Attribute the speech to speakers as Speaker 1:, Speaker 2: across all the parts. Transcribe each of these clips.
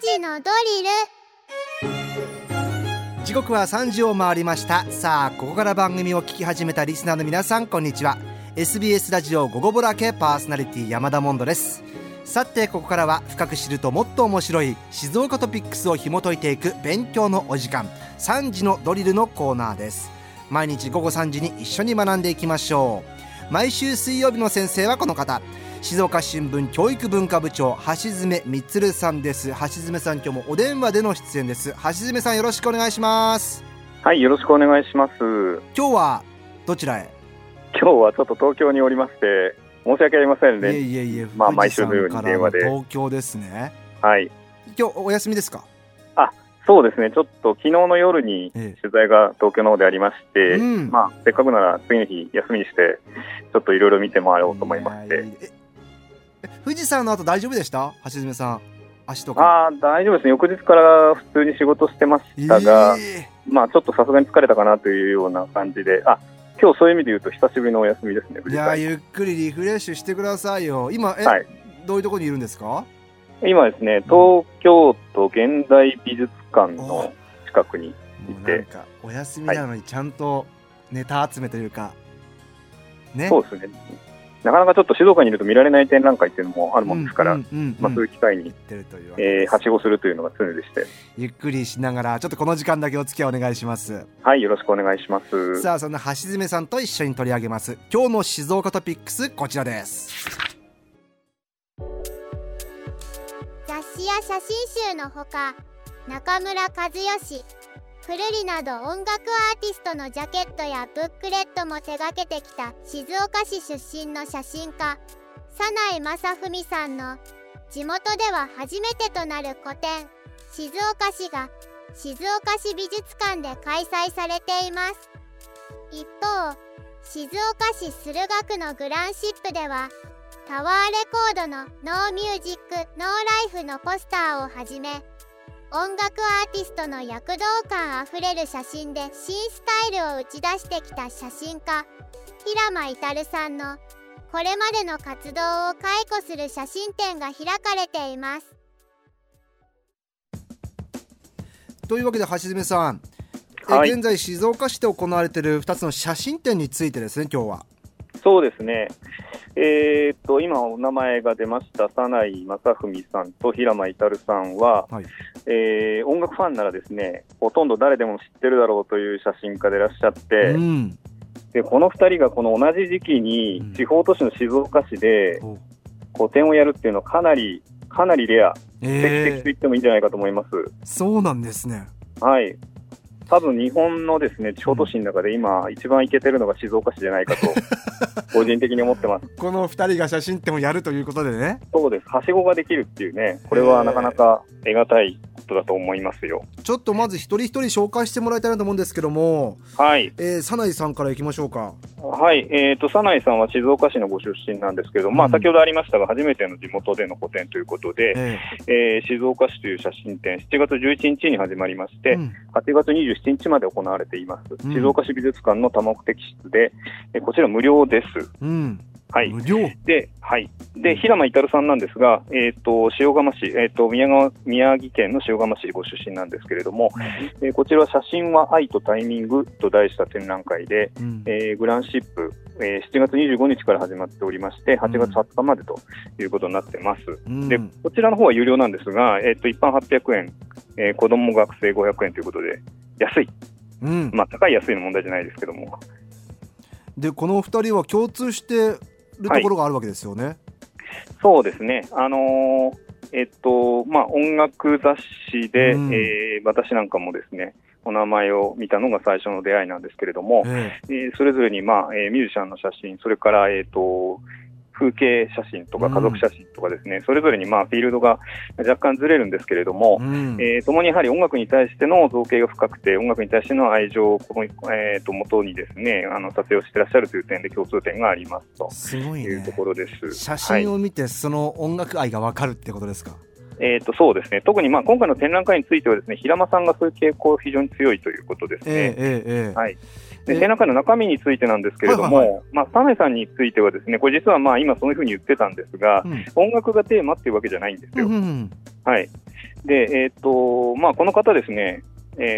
Speaker 1: 時のドリル
Speaker 2: 時刻は3時を回りましたさあここから番組を聞き始めたリスナーの皆さんこんにちは SBS ラジオ午後ボラ系パーソナリティ山田モンドですさてここからは深く知るともっと面白い静岡トピックスを紐解いていく勉強のお時間3時のドリルのコーナーです毎日午後3時に一緒に学んでいきましょう毎週水曜日の先生はこの方静岡新聞教育文化部長橋爪充さんです橋爪さん今日もお電話での出演です橋爪さんよろしくお願いします
Speaker 3: はい、よろしくお願いします。
Speaker 2: 今日はどちらへ
Speaker 3: 今日はちょっと東京におりまして、申し訳ありません
Speaker 2: いえ
Speaker 3: ね。
Speaker 2: いえいえ、
Speaker 3: まあ
Speaker 2: 富士山
Speaker 3: 毎週のように
Speaker 2: から
Speaker 3: 電話で
Speaker 2: 東京ですね
Speaker 3: はい、
Speaker 2: 今日お休みですか、
Speaker 3: そうですね。ちょっと昨日の夜に
Speaker 2: え
Speaker 3: 取材が東京の方でありまして、
Speaker 2: うん
Speaker 3: まあせっかくなら次の日休みにして、ちょっといろいろ見て回ろうと思いまし
Speaker 2: や
Speaker 3: て。
Speaker 2: いいええ富士山の後大丈夫でした橋爪さん足とか
Speaker 3: ああ、大丈夫ですね。翌日から普通に仕事してましたが、
Speaker 2: え
Speaker 3: まあちょっとさすがに疲れたかなというような感じで、あ、今日そういう意味で言うと久しぶりのお休みですね。
Speaker 2: え
Speaker 3: 富
Speaker 2: い
Speaker 3: 士
Speaker 2: や
Speaker 3: 山
Speaker 2: ゆっくりリフレッシュしてくださいよ今え、
Speaker 3: はい
Speaker 2: どういうところにいるんですか
Speaker 3: 今ですね、東京都現代美術館の近くに
Speaker 2: もうなんかお休みなのにちゃんとネタ集めというか、ね
Speaker 3: そうですね。なかなかちょっと静岡にいると見られない展覧会っていうのもあるもんですから、
Speaker 2: うんうんうんうん
Speaker 3: まあ、そういう機会に
Speaker 2: 行、ってるというわけ
Speaker 3: えー
Speaker 2: です
Speaker 3: はしごするというのが常でして、
Speaker 2: ゆっくりしながらちょっとこの時間だけお付き合いお願いします
Speaker 3: はい、よろしくお願いします。
Speaker 2: さあそんな橋爪さんと一緒に取り上げます今日の静岡トピックスこちらです
Speaker 1: 雑誌や写真集のほか中村和義くるりなど音楽アーティストのジャケットやブックレットも手掛けてきた静岡市出身の写真家早苗正文さんの地元では初めてとなる個展「静岡市」が静岡市美術館で開催されています一方静岡市駿河区のグランシップでは「タワーレコードの「ノーミュージックノーライフのポスターをはじめ音楽アーティストの躍動感あふれる写真で新スタイルを打ち出してきた写真家平間至さんのこれまでの活動を回顧する写真展が開かれています。
Speaker 2: というわけで橋爪さん、え
Speaker 3: はい
Speaker 2: 現在静岡市で行われている2つの写真展についてですね今日は
Speaker 3: そうですね。えーっと、今お名前が出ました、早内正文さんと平間至さんは、
Speaker 2: はい
Speaker 3: えー音楽ファンならですね、ほとんど誰でも知ってるだろうという写真家でいらっしゃって、
Speaker 2: うん
Speaker 3: でこの2人がこの同じ時期
Speaker 2: う
Speaker 3: に
Speaker 2: ん
Speaker 3: 地方都市の静岡市で
Speaker 2: お
Speaker 3: 個展をやるっていうのはかなり、かなりレア、奇跡
Speaker 2: え
Speaker 3: と
Speaker 2: ー
Speaker 3: 言ってもいいんじゃないかと思います。
Speaker 2: そうなんですね
Speaker 3: はい。多分日本のですね地方都市の中で今、一番行けてるのが静岡市じゃないか と、個人的に思ってます。
Speaker 2: この2人が写真展をやるということでね
Speaker 3: そうです、はしごができるっていうね、これはなかなか得難いことだと思いますよ。
Speaker 2: ちょっとまず一人一人紹介してもらいたいなと思うんですけども、
Speaker 3: はい、
Speaker 2: えー、サナイさんからいきましょうか
Speaker 3: はい、えーと、早苗さんは静岡市のご出身なんですけど、ま
Speaker 2: う
Speaker 3: あ、
Speaker 2: ん
Speaker 3: 先ほどありましたが、初めての地元での個展ということで、
Speaker 2: え
Speaker 3: えー静岡市という写真展、7月11日に始まりまして、
Speaker 2: うん
Speaker 3: 8月27日まで行われています。
Speaker 2: うん
Speaker 3: 静岡市美術館の多目的室で、えーこちら無料です。
Speaker 2: うん
Speaker 3: はい。
Speaker 2: 無料
Speaker 3: で、はい。で、平間至さんなんですが、えっ、と、塩釜市、えっ、と、宮川、宮城県の塩釜市ご出身なんですけれども、えーこちらは写真は愛とタイミングと題した展覧会で、
Speaker 2: うん
Speaker 3: えーグランシップ、えー7月25日から始まっておりまして、8月20日までということになってます。
Speaker 2: うん
Speaker 3: で、こちらの方は有料なんですが、えっ、と、一般800円、えー子供学生500円ということで、安い。
Speaker 2: うん
Speaker 3: まあ、高い安いの問題じゃないですけども。
Speaker 2: でこの2人は共通してるところがあるわけですよね、
Speaker 3: そうですね、あのーえっとまあ、音楽雑誌で、
Speaker 2: うん
Speaker 3: えー私なんかもですねお名前を見たのが最初の出会いなんですけれども、
Speaker 2: え
Speaker 3: えーそれぞれに、まあえーミュージシャンの写真、それから、えっと風景写真とか
Speaker 2: うん
Speaker 3: 家族写真とかですね、それぞれに、まあ、フィールドが若干ずれるんですけれども
Speaker 2: え、うん
Speaker 3: えー、共にやはり音楽に対しての造形が深くて音楽に対しての愛情をこの、えー、と元にですねあの撮影をしてらっしゃるという点で共通点がありますと
Speaker 2: すごい
Speaker 3: いう
Speaker 2: ね
Speaker 3: ところです。
Speaker 2: 写
Speaker 3: はい
Speaker 2: 真を見てその音楽愛がわかるってことですか、
Speaker 3: えー、とそうですね特にまあ今回の展覧会についてはですね平間さんがそういう傾向非常に強いということです
Speaker 2: え
Speaker 3: ね。
Speaker 2: ええええ
Speaker 3: はい
Speaker 2: え
Speaker 3: で展覧会の中身についてなんですけれども、
Speaker 2: はいはい
Speaker 3: まあ、サメさんについてはですねこれ実はまあ今そういうふうに言ってたんですが、
Speaker 2: うん
Speaker 3: 音楽がテーマっていうわけじゃないんですよ。
Speaker 2: うん
Speaker 3: はい。で、えっ、と、まあ、この方ですね、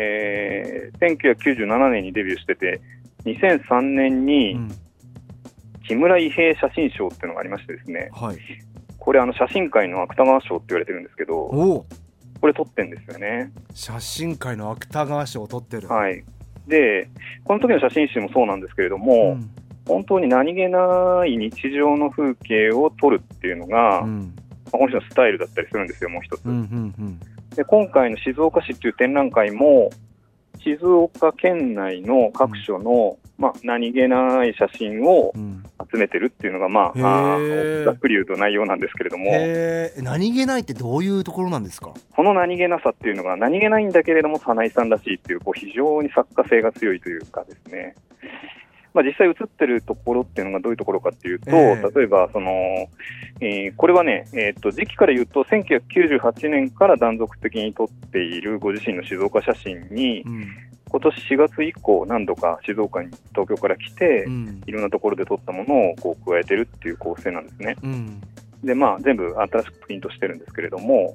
Speaker 3: えー、1997年にデビューしてて、2003年
Speaker 2: う
Speaker 3: に
Speaker 2: ん
Speaker 3: 木村伊兵衛写真賞っていうのがありましてですね、
Speaker 2: はい、
Speaker 3: これあの写真界の芥川賞って言われてるんですけど、
Speaker 2: おお
Speaker 3: これ撮ってんですよね。
Speaker 2: 写真界の芥川賞を取ってる、
Speaker 3: はい。で、この時の写真集もそうなんですけれど
Speaker 2: う
Speaker 3: も、
Speaker 2: ん
Speaker 3: 本当に何気ない日常の風景を撮るっていうのが、
Speaker 2: う
Speaker 3: ま
Speaker 2: ん
Speaker 3: あこの人のスタイルだったりするんですよ、もう一つ。
Speaker 2: うんうん
Speaker 3: で今回の静岡市っていう展覧会も静岡県内の各所の、まあ、何気ない写真を
Speaker 2: うんうん
Speaker 3: 集めてるっていうのが、まあ、
Speaker 2: へ
Speaker 3: あ
Speaker 2: ー
Speaker 3: ーざっくり言うと内容なんですけれども
Speaker 2: へえ何気ないってどういうところなんですか
Speaker 3: この何気なさっていうのが何気ないんだけれども早苗さんらしいっていうこう非常に作家性が強いというかですね、まあ、実際写ってるところっていうのがどういうところかっていうと、
Speaker 2: ええ
Speaker 3: 例えばその、えーこれはね、えー、と時期から言うと1998年から断続的に撮っているご自身の静岡写真に
Speaker 2: うん
Speaker 3: 今年4月以降何度か静岡に東京から来て、
Speaker 2: うん
Speaker 3: いろんなところで撮ったものをこう加えてるっていう構成なんですね。
Speaker 2: うん
Speaker 3: で、まあ、全部新しくプリントしてるんですけれども、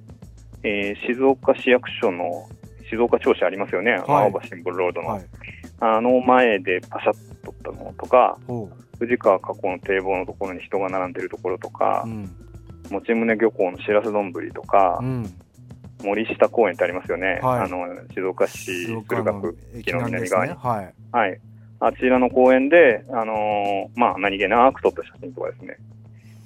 Speaker 3: えー静岡市役所の静岡庁舎ありますよね、
Speaker 2: はい
Speaker 3: 青葉シンボルロードの、
Speaker 2: はい
Speaker 3: あの前でパシャッと撮ったのとか、
Speaker 2: おう
Speaker 3: 藤川河口の堤防のところに人が並んでるところとか
Speaker 2: う、ん
Speaker 3: 用宗漁港のしらす丼とか
Speaker 2: う、ん
Speaker 3: 森下公園ってありますよね、
Speaker 2: はい
Speaker 3: あの静岡
Speaker 2: 静
Speaker 3: 市駿
Speaker 2: 岡
Speaker 3: 河
Speaker 2: の
Speaker 3: 区、
Speaker 2: 駅なんですねはい
Speaker 3: はい、あちらの公園で、あのーまあ、何気なく撮った写真とかですね、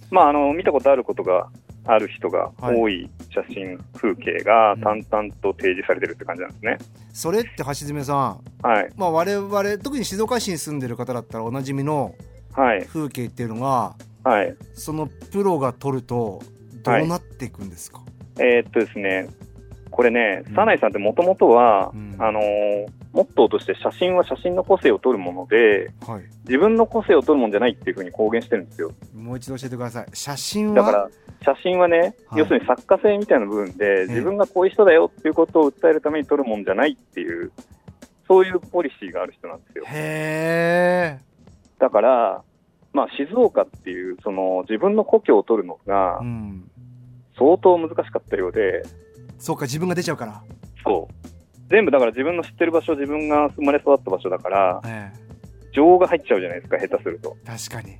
Speaker 3: まああの見たことあることがある人が多い写真、風景が淡々と提示されてるって感じなんですね。
Speaker 2: それって橋爪さん
Speaker 3: はい、
Speaker 2: まあ我々特に静岡市に住んでる方だったらおなじみの
Speaker 3: はい、
Speaker 2: 風景っていうのが
Speaker 3: はい。
Speaker 2: そのプロが撮るとどうなっていくんですか、
Speaker 3: えーっとですね、これね
Speaker 2: うん、
Speaker 3: サナイさんってもともとは、
Speaker 2: うん
Speaker 3: あのーモットーとして写真は写真の個性を撮るもので、
Speaker 2: はい、
Speaker 3: 自分の個性を撮るもんじゃないっていうふうに公言してるんですよ。
Speaker 2: もう一度教えてください写真は
Speaker 3: だから写真はね、
Speaker 2: はい
Speaker 3: 要するに作家性みたいな部分で、自分がこういう人だよっていうことを訴えるために撮るもんじゃないっていう、そういうポリシーがある人なんですよ。
Speaker 2: へえ、
Speaker 3: だから、まあ、静岡っていうその自分の故郷を撮るのが
Speaker 2: うん、
Speaker 3: 相当難しかったようで、
Speaker 2: そうか自分が出ちゃうから、
Speaker 3: そう全部だから自分の知ってる場所、自分が生まれ育った場所だから、
Speaker 2: え
Speaker 3: 情が入っちゃうじゃないですか、下手すると。
Speaker 2: え、確かに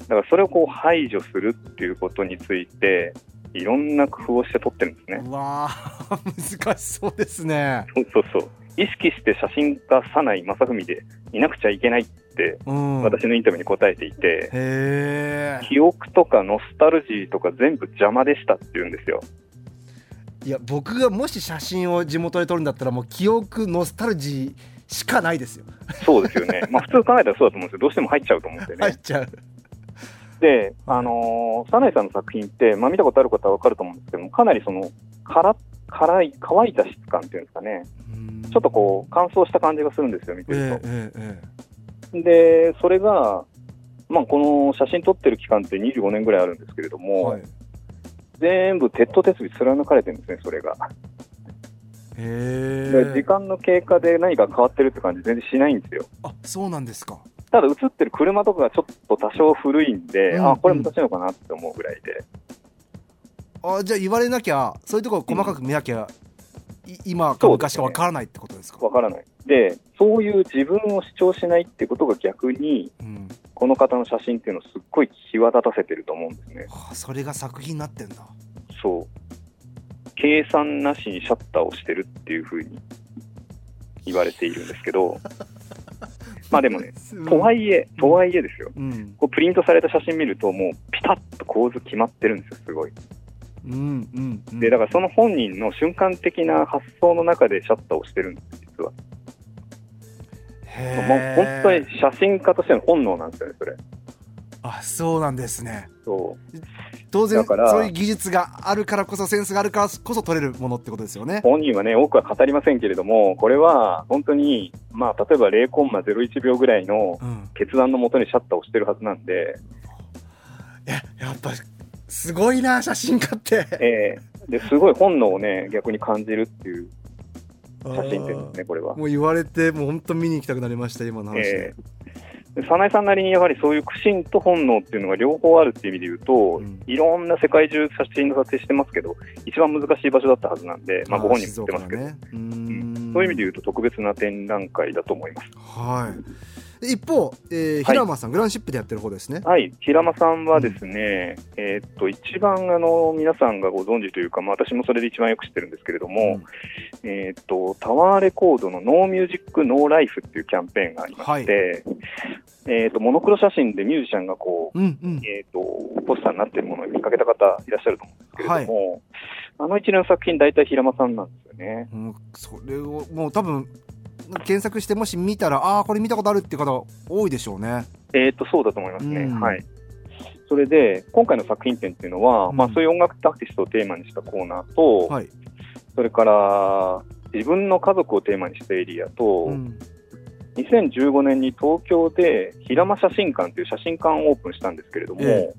Speaker 3: だからそれをこう排除するっていうことについて、いろんな工夫をして撮ってるんですね。
Speaker 2: うわあ難しそうですね
Speaker 3: そうそうそう。意識して写真家、サナイ・マサフミでいなくちゃいけないって、
Speaker 2: うん
Speaker 3: 私のインタビューに答えていて、
Speaker 2: へえ
Speaker 3: 記憶とかノスタルジーとか全部邪魔でしたって言うんですよ。
Speaker 2: いや僕がもし写真を地元で撮るんだったらもう記憶ノスタルジーしかないですよ
Speaker 3: そうで すよね。まあ普通考えたらそうだと思うんですよ。どうしても入っちゃうと思うんでね。
Speaker 2: 入っちゃう
Speaker 3: で、あのーサナイさんの作品って、まあ見たことある方はわかると思うんですけども、かなりその、から、辛い、乾いた質感っていうんですかね。ちょっとこう、乾燥した感じがするんですよ、見て
Speaker 2: え
Speaker 3: ると
Speaker 2: え。ええ
Speaker 3: で、それが、まあ、この写真撮ってる期間って25年ぐらいあるんですけれど
Speaker 2: ええ
Speaker 3: も、
Speaker 2: はいへ
Speaker 3: 全部鉄と鉄尾貫かれてるんですね、それが。
Speaker 2: え
Speaker 3: で時間の経過で何か変わってるって感じ、全然しないんですよ。
Speaker 2: あそうなんですか
Speaker 3: ただ、映ってる車とかがちょっと多少古いんで、
Speaker 2: うん
Speaker 3: あこれ昔のかなって思うぐらいで、
Speaker 2: あじゃあ言われなきゃそういうところ細かく見なきゃ、い今か
Speaker 3: そうで
Speaker 2: 昔
Speaker 3: す
Speaker 2: か
Speaker 3: ね
Speaker 2: わからないってことですか
Speaker 3: わからない。で、そういう自分を主張しないってことが逆に、
Speaker 2: うん
Speaker 3: この方の写真っていうのをすっごい際立たせてると思うんですね。
Speaker 2: はあそれが作品になってんだ
Speaker 3: そう。計算なしにシャッターをしてるっていうふうに言われているんです けど、まあでもね、とはいいえ、とはいえですよ。
Speaker 2: うん
Speaker 3: こうプリントされた写真見ると、もうピタッと構図決まってるんですよ、すごい。
Speaker 2: うんうんうん
Speaker 3: で、だからその本人の瞬間的な発想の中でシャッターをしてるんです、実は。
Speaker 2: へ
Speaker 3: もう本当に
Speaker 2: え
Speaker 3: 写真家としての本能なんですよね、それ。
Speaker 2: あそうなんですね
Speaker 3: そう。
Speaker 2: 当然
Speaker 3: だから
Speaker 2: そういう技術があるからこそセンスがあるからこそ取れるものってことですよね
Speaker 3: 本人はね、多くは語りませんけれども、これは本当に、まあ、例えば0コンマ01秒ぐらいの
Speaker 2: うん
Speaker 3: 決断のもとにシャッターをしてるはずなんで、
Speaker 2: いややっぱすごいな写真家って
Speaker 3: えーですごい本能をね、逆に感じるっていう
Speaker 2: 写
Speaker 3: 写真展ですね、これは。
Speaker 2: もう言われてもう本当見に行きたくなりました今の話で、
Speaker 3: えで早苗さんなりにやはりそういう苦心と本能っていうのが両方あるっていう意味で言うと、
Speaker 2: うん
Speaker 3: いろんな世界中写真の撮影してますけど一番難しい場所だったはずなんで、まあ、ご本人も言ってますけど、
Speaker 2: あー静岡のねん
Speaker 3: そういう意味で言うと特別な展覧会だと思います。
Speaker 2: はい。一方、えー平間さん、グランシップでやってる方ですね。
Speaker 3: はい、平間さんはですね、えーっと一番あの皆さんがご存知というか、まあ、私もそれで一番よく知ってるんですけれども、えーっとタワーレコードのノーミュージックノーライフっていうキャンペーンがありまして、えーっとモノクロ写真でミュージシャンがこう、
Speaker 2: うんうん。
Speaker 3: えーっとポスターになってるものを見かけた方いらっしゃると思うんですけれども、あの一連の作品大体平間さんなんですよね。
Speaker 2: うんそれをもう多分検索してもし見たらああこれ見たことあるっていう方多いでしょうね。
Speaker 3: えーっとそうだと思いますね。
Speaker 2: うん
Speaker 3: はいそれで今回の作品展っていうのは、まあ、
Speaker 2: うん
Speaker 3: そういう音楽アーティストをテーマにしたコーナーと、
Speaker 2: はい。
Speaker 3: それから自分の家族をテーマにしたエリアと、
Speaker 2: うん
Speaker 3: 2015年に東京で平間写真館という写真館をオープンしたんですけれども、
Speaker 2: え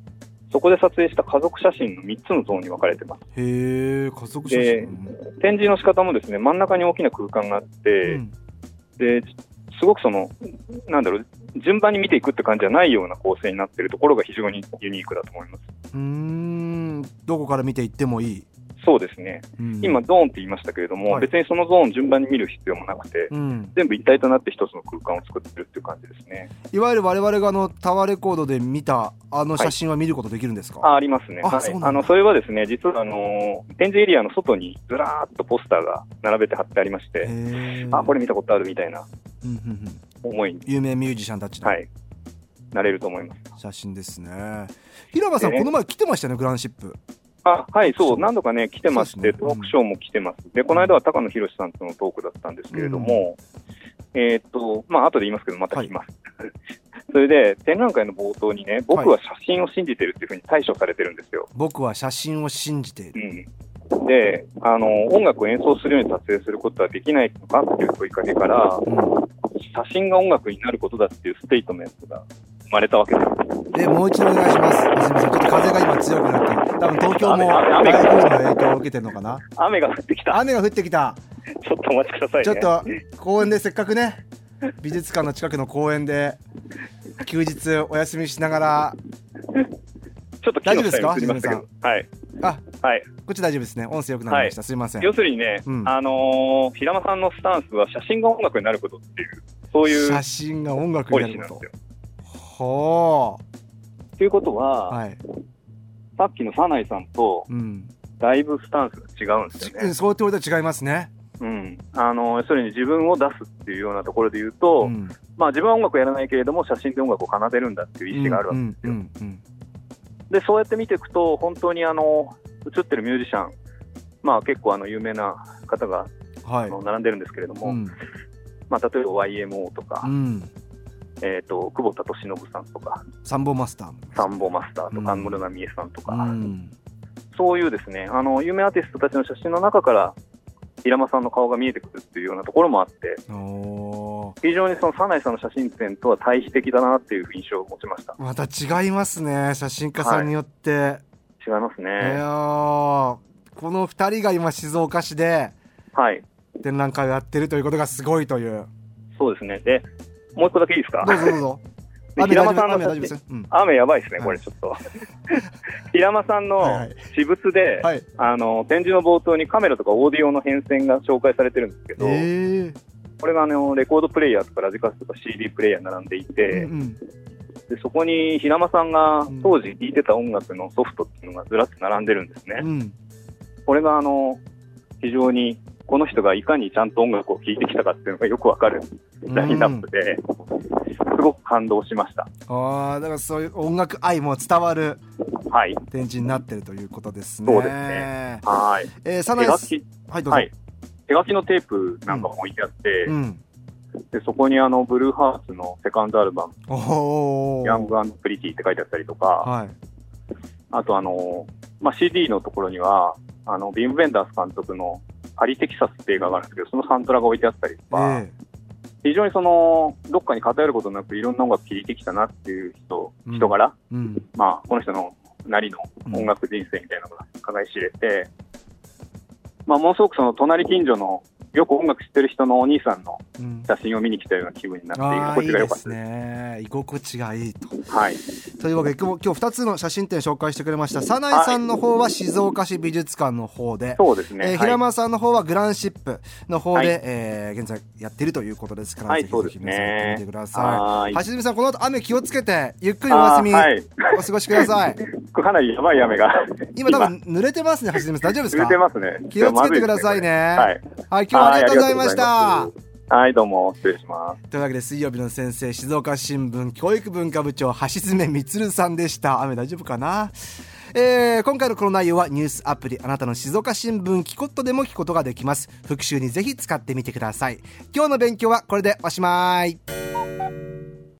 Speaker 3: そこで撮影した家族写真の3つのゾーンに分かれてます。
Speaker 2: へえ家族写
Speaker 3: で
Speaker 2: 真。
Speaker 3: 展示の仕方もですね真ん中に大きな空間があって、
Speaker 2: うん
Speaker 3: ですごくその、なんだろう、順番に見ていくって感じじゃないような構成になっているところが非常にユニークだと思います。
Speaker 2: うーんどこから見ていってもいい。
Speaker 3: そうですね、
Speaker 2: うん
Speaker 3: 今、。ゾーンって言いましたけれども、
Speaker 2: はい
Speaker 3: 別にそのゾーン順番に見る必要もなくて、
Speaker 2: うん、
Speaker 3: 全部一体となって一つの空間を作ってるっていう感じですね。
Speaker 2: いわゆる我々があのタワーレコードで見たあの写真は見ることできるんですか、
Speaker 3: あありますね。
Speaker 2: あ
Speaker 3: は
Speaker 2: そうな
Speaker 3: い
Speaker 2: ん。だ
Speaker 3: あの、それはですね、実はあのー、展示エリアの外にずらーっとポスターが並べて貼ってありまして、
Speaker 2: へー
Speaker 3: あ、これ見たことあるみたいな
Speaker 2: うんうんうん
Speaker 3: 思いに、
Speaker 2: 有名ミュージシャンたちの
Speaker 3: はい、なれると思います。
Speaker 2: 写真ですね。平間さん、
Speaker 3: でね
Speaker 2: この前来てましたねグランシップ。
Speaker 3: あ、はい、
Speaker 2: そ
Speaker 3: そうう、何度かね、来てまし
Speaker 2: そうで
Speaker 3: て、
Speaker 2: す
Speaker 3: ト
Speaker 2: ね
Speaker 3: ークショーも来てます。で、この間は高野博さんとのトークだったんですけれども、えーっと、まあ、後で言いますけど、また来ます。 それで、展覧会の冒頭にね、僕は写真を信じてるっていうふうに対処されてるんですよ。
Speaker 2: 僕は写真を信じている。
Speaker 3: うん、であの音楽を演奏するように撮影することはできないのかっていう問いかけから
Speaker 2: う
Speaker 3: 写真が音楽になることだっていうステートメントが生まれたわけです。
Speaker 2: ん、でもう一度お願いします。泉さん、ちょっと風が今強くなってる、多分東京も
Speaker 3: 雨雨雨
Speaker 2: 台風の影響を受けてるのかな。
Speaker 3: 雨が降ってきた。
Speaker 2: 雨が降ってきた。
Speaker 3: ちょっとお待ちくださいね。
Speaker 2: ちょっと公園でせっかく ね、美術館の近くの公園で休日お休みしながら、
Speaker 3: ちょっと木の下に移りました
Speaker 2: 大
Speaker 3: け
Speaker 2: 丈夫
Speaker 3: ど。はい。
Speaker 2: あ、
Speaker 3: はい。
Speaker 2: こっち大丈夫ですね。音声良くなりました。すいません。
Speaker 3: 要するにね、
Speaker 2: うん
Speaker 3: あのー平間さんのスタンスは写真が音楽になることっていう、そういう
Speaker 2: 写真が音楽
Speaker 3: ポ
Speaker 2: に
Speaker 3: リ
Speaker 2: な
Speaker 3: シー
Speaker 2: る
Speaker 3: なん
Speaker 2: こ
Speaker 3: ですよ。
Speaker 2: と。ほ
Speaker 3: ということは、
Speaker 2: う。はい。
Speaker 3: さっきのサナイさんと
Speaker 2: うん。
Speaker 3: だいぶスタンスが違うんですよね。
Speaker 2: そうってことは違いますね。
Speaker 3: うん、あの要するに自分を出すっていうようなところで言うと、
Speaker 2: うん。
Speaker 3: まあ、自分は音楽やらないけれども写真で音楽を奏でるんだっていう意思があるわけ、
Speaker 2: うんうんうん
Speaker 3: でそうやって見ていくと本当にあの映ってるミュージシャン、まあ、結構あの有名な方が
Speaker 2: うん。は
Speaker 3: あ
Speaker 2: い。
Speaker 3: の並んでるんですけれども、
Speaker 2: うん。
Speaker 3: まあ、例えば YMO とか、
Speaker 2: うん。
Speaker 3: えー、と久保田利信さんとか
Speaker 2: サンボマスターも。
Speaker 3: サンボマスターと
Speaker 2: うん
Speaker 3: か安室奈美恵さんとか、
Speaker 2: うん。
Speaker 3: そういうですねあの有名アーティストたちの写真の中から平間さんの顔が見えてくるっていうようなところもあって
Speaker 2: おー
Speaker 3: 非常にそのサナイさんの写真展とは対比的だなっていう印象を持ちました。
Speaker 2: また違いますね写真家さんによって、
Speaker 3: 違いますね。
Speaker 2: い、やーこの2人が今静岡市で
Speaker 3: はい。
Speaker 2: 展覧会をやってるということがすごいという
Speaker 3: そうですね。で、もう一個だけいいですか
Speaker 2: どうぞどうぞ
Speaker 3: で
Speaker 2: 雨
Speaker 3: 平
Speaker 2: 大
Speaker 3: 間
Speaker 2: 丈
Speaker 3: さん
Speaker 2: 夫
Speaker 3: の
Speaker 2: 雨大丈夫
Speaker 3: 写
Speaker 2: です
Speaker 3: 真
Speaker 2: よ、うん、
Speaker 3: 雨やばいですね、
Speaker 2: はい
Speaker 3: これちょっと。 平間さんの
Speaker 2: はいはい
Speaker 3: 私物で、
Speaker 2: はい
Speaker 3: あの、展示の冒頭にカメラとかオーディオの変遷が紹介されてるんですけど、
Speaker 2: え
Speaker 3: これがあの、レコードプレイヤーとかラジカセとか CD プレイヤー並んでい
Speaker 2: え
Speaker 3: て、
Speaker 2: うんうん
Speaker 3: でそこに平間さんが
Speaker 2: うん
Speaker 3: 当時聴いてた音楽のソフトっていうのがずらっと並んでるんですね。
Speaker 2: うん
Speaker 3: これがあの、非常に、この人がいかにちゃんと音楽を聴いてきたかっていうのがよくわかるラインナップで、すごく感動しました。
Speaker 2: ああだからそういう音楽愛も伝わる
Speaker 3: はい。
Speaker 2: 展示になってるということですね
Speaker 3: そうです
Speaker 2: ね
Speaker 3: はい。
Speaker 2: えー、
Speaker 3: 手
Speaker 2: サナエ
Speaker 3: 書
Speaker 2: ス
Speaker 3: き、
Speaker 2: はいどうぞ、
Speaker 3: はい。手書きのテープなんかも置いてあって、
Speaker 2: うん
Speaker 3: でそこにあの、ブルーハーツのセカンドアルバム、
Speaker 2: おお
Speaker 3: ヤングプリティって書いてあったりとか、
Speaker 2: はい
Speaker 3: あとあの、まあ、CD のところには、あの、ビーム・ベンダース監督のパリ・テキサスって映画があるんですけど、そのサントラが置いてあったりと
Speaker 2: え
Speaker 3: か、
Speaker 2: え
Speaker 3: 非常にその、どっかに偏ることなくいろんな音楽聴いてきたなっていう人、
Speaker 2: うん
Speaker 3: 人柄、
Speaker 2: うん
Speaker 3: まあ、この人のなりの音楽人生みたいなのが伺い知れて、まあ、ものすごくその隣近所のよく音楽知ってる人のお兄さんの
Speaker 2: うん
Speaker 3: 写真を見に来たような気分になって、居
Speaker 2: ああ
Speaker 3: 心
Speaker 2: いい
Speaker 3: 地が良
Speaker 2: で
Speaker 3: かっ
Speaker 2: す
Speaker 3: たで
Speaker 2: ね居心地がいいと
Speaker 3: す。はい、
Speaker 2: というわけで今日今日2つの写真展紹介してくれました早苗さんの方は静岡市美術館の方で、
Speaker 3: そうですね。
Speaker 2: えー
Speaker 3: はい
Speaker 2: 平間さんの方はグランシップの方で、
Speaker 3: は
Speaker 2: えー現在やっているということですから、
Speaker 3: はい
Speaker 2: ぜひ
Speaker 3: そう
Speaker 2: ぜ
Speaker 3: で
Speaker 2: ひ
Speaker 3: す
Speaker 2: 皆さん行っ
Speaker 3: ね
Speaker 2: てみてくださ。
Speaker 3: はいい
Speaker 2: 橋爪さん、この後雨気をつけて、ゆっくりお休み、
Speaker 3: あーはい
Speaker 2: お過ごしください。
Speaker 3: かなりやばい雨が
Speaker 2: 今多分濡れてますね、橋爪さん。大丈夫です
Speaker 3: 濡れ
Speaker 2: か
Speaker 3: てますね。
Speaker 2: 気をつけてくださいね。
Speaker 3: まずいですね。
Speaker 2: はい、今日はありがとうございまし
Speaker 3: はいあ
Speaker 2: た
Speaker 3: りがとうござい。これはい、どうも失礼します。
Speaker 2: というわけで水曜日の先生静岡新聞教育文化部長橋爪充さんでした雨大丈夫かな、えー今回のこの内容はニュースアプリあなたの静岡新聞キコットでも聞くことができます復習にぜひ使ってみてください今日の勉強はこれでおしまい